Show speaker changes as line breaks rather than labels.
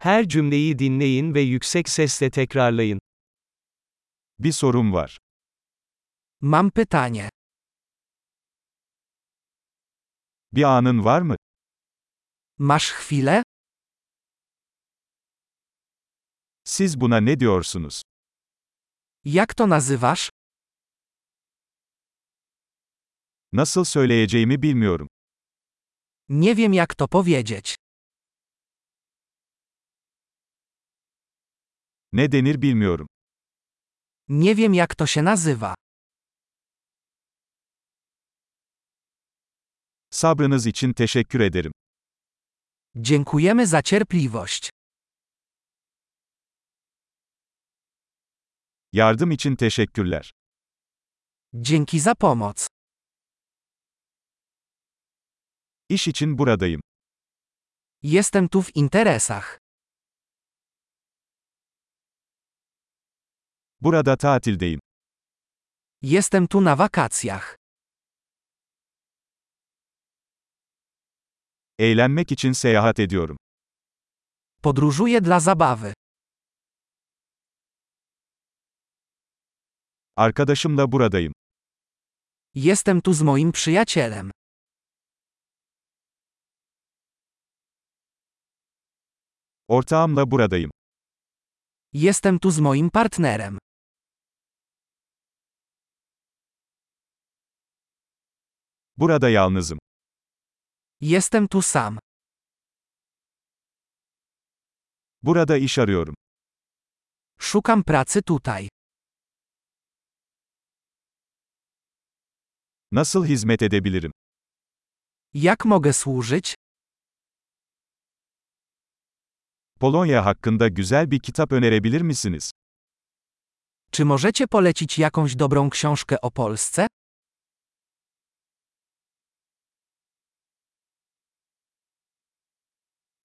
Her cümleyi dinleyin ve yüksek sesle tekrarlayın.
Bir sorum var.
Mam pytanie.
Bir anın var mı?
Masz chwilę?
Siz buna ne diyorsunuz?
Jak to nazywasz?
Nasıl söyleyeceğimi bilmiyorum.
Nie wiem jak to powiedzieć.
Ne denir bilmiyorum.
Nie wiem jak to się nazywa.
Sabrınız için teşekkür ederim.
Dziękujemy za cierpliwość.
Yardım için teşekkürler.
Dzięki za pomoc.
İş için buradayım.
Jestem tu w interesach.
Burada tatildeyim.
Jestem tu na wakacjach.
Eğlenmek için seyahat ediyorum.
Podróżuję dla zabawy.
Arkadaşımla buradayım.
Jestem tu z moim przyjacielem.
Ortağımla buradayım.
Jestem tu z moim partnerem.
Burada yalnızım.
Jestem tu sam.
Burada iş arıyorum.
Szukam pracy tutaj.
Nasıl hizmet edebilirim?
Jak mogę służyć?
Polonya hakkında güzel bir kitap önerebilir misiniz?
Czy możecie polecić jakąś dobrą książkę o Polsce?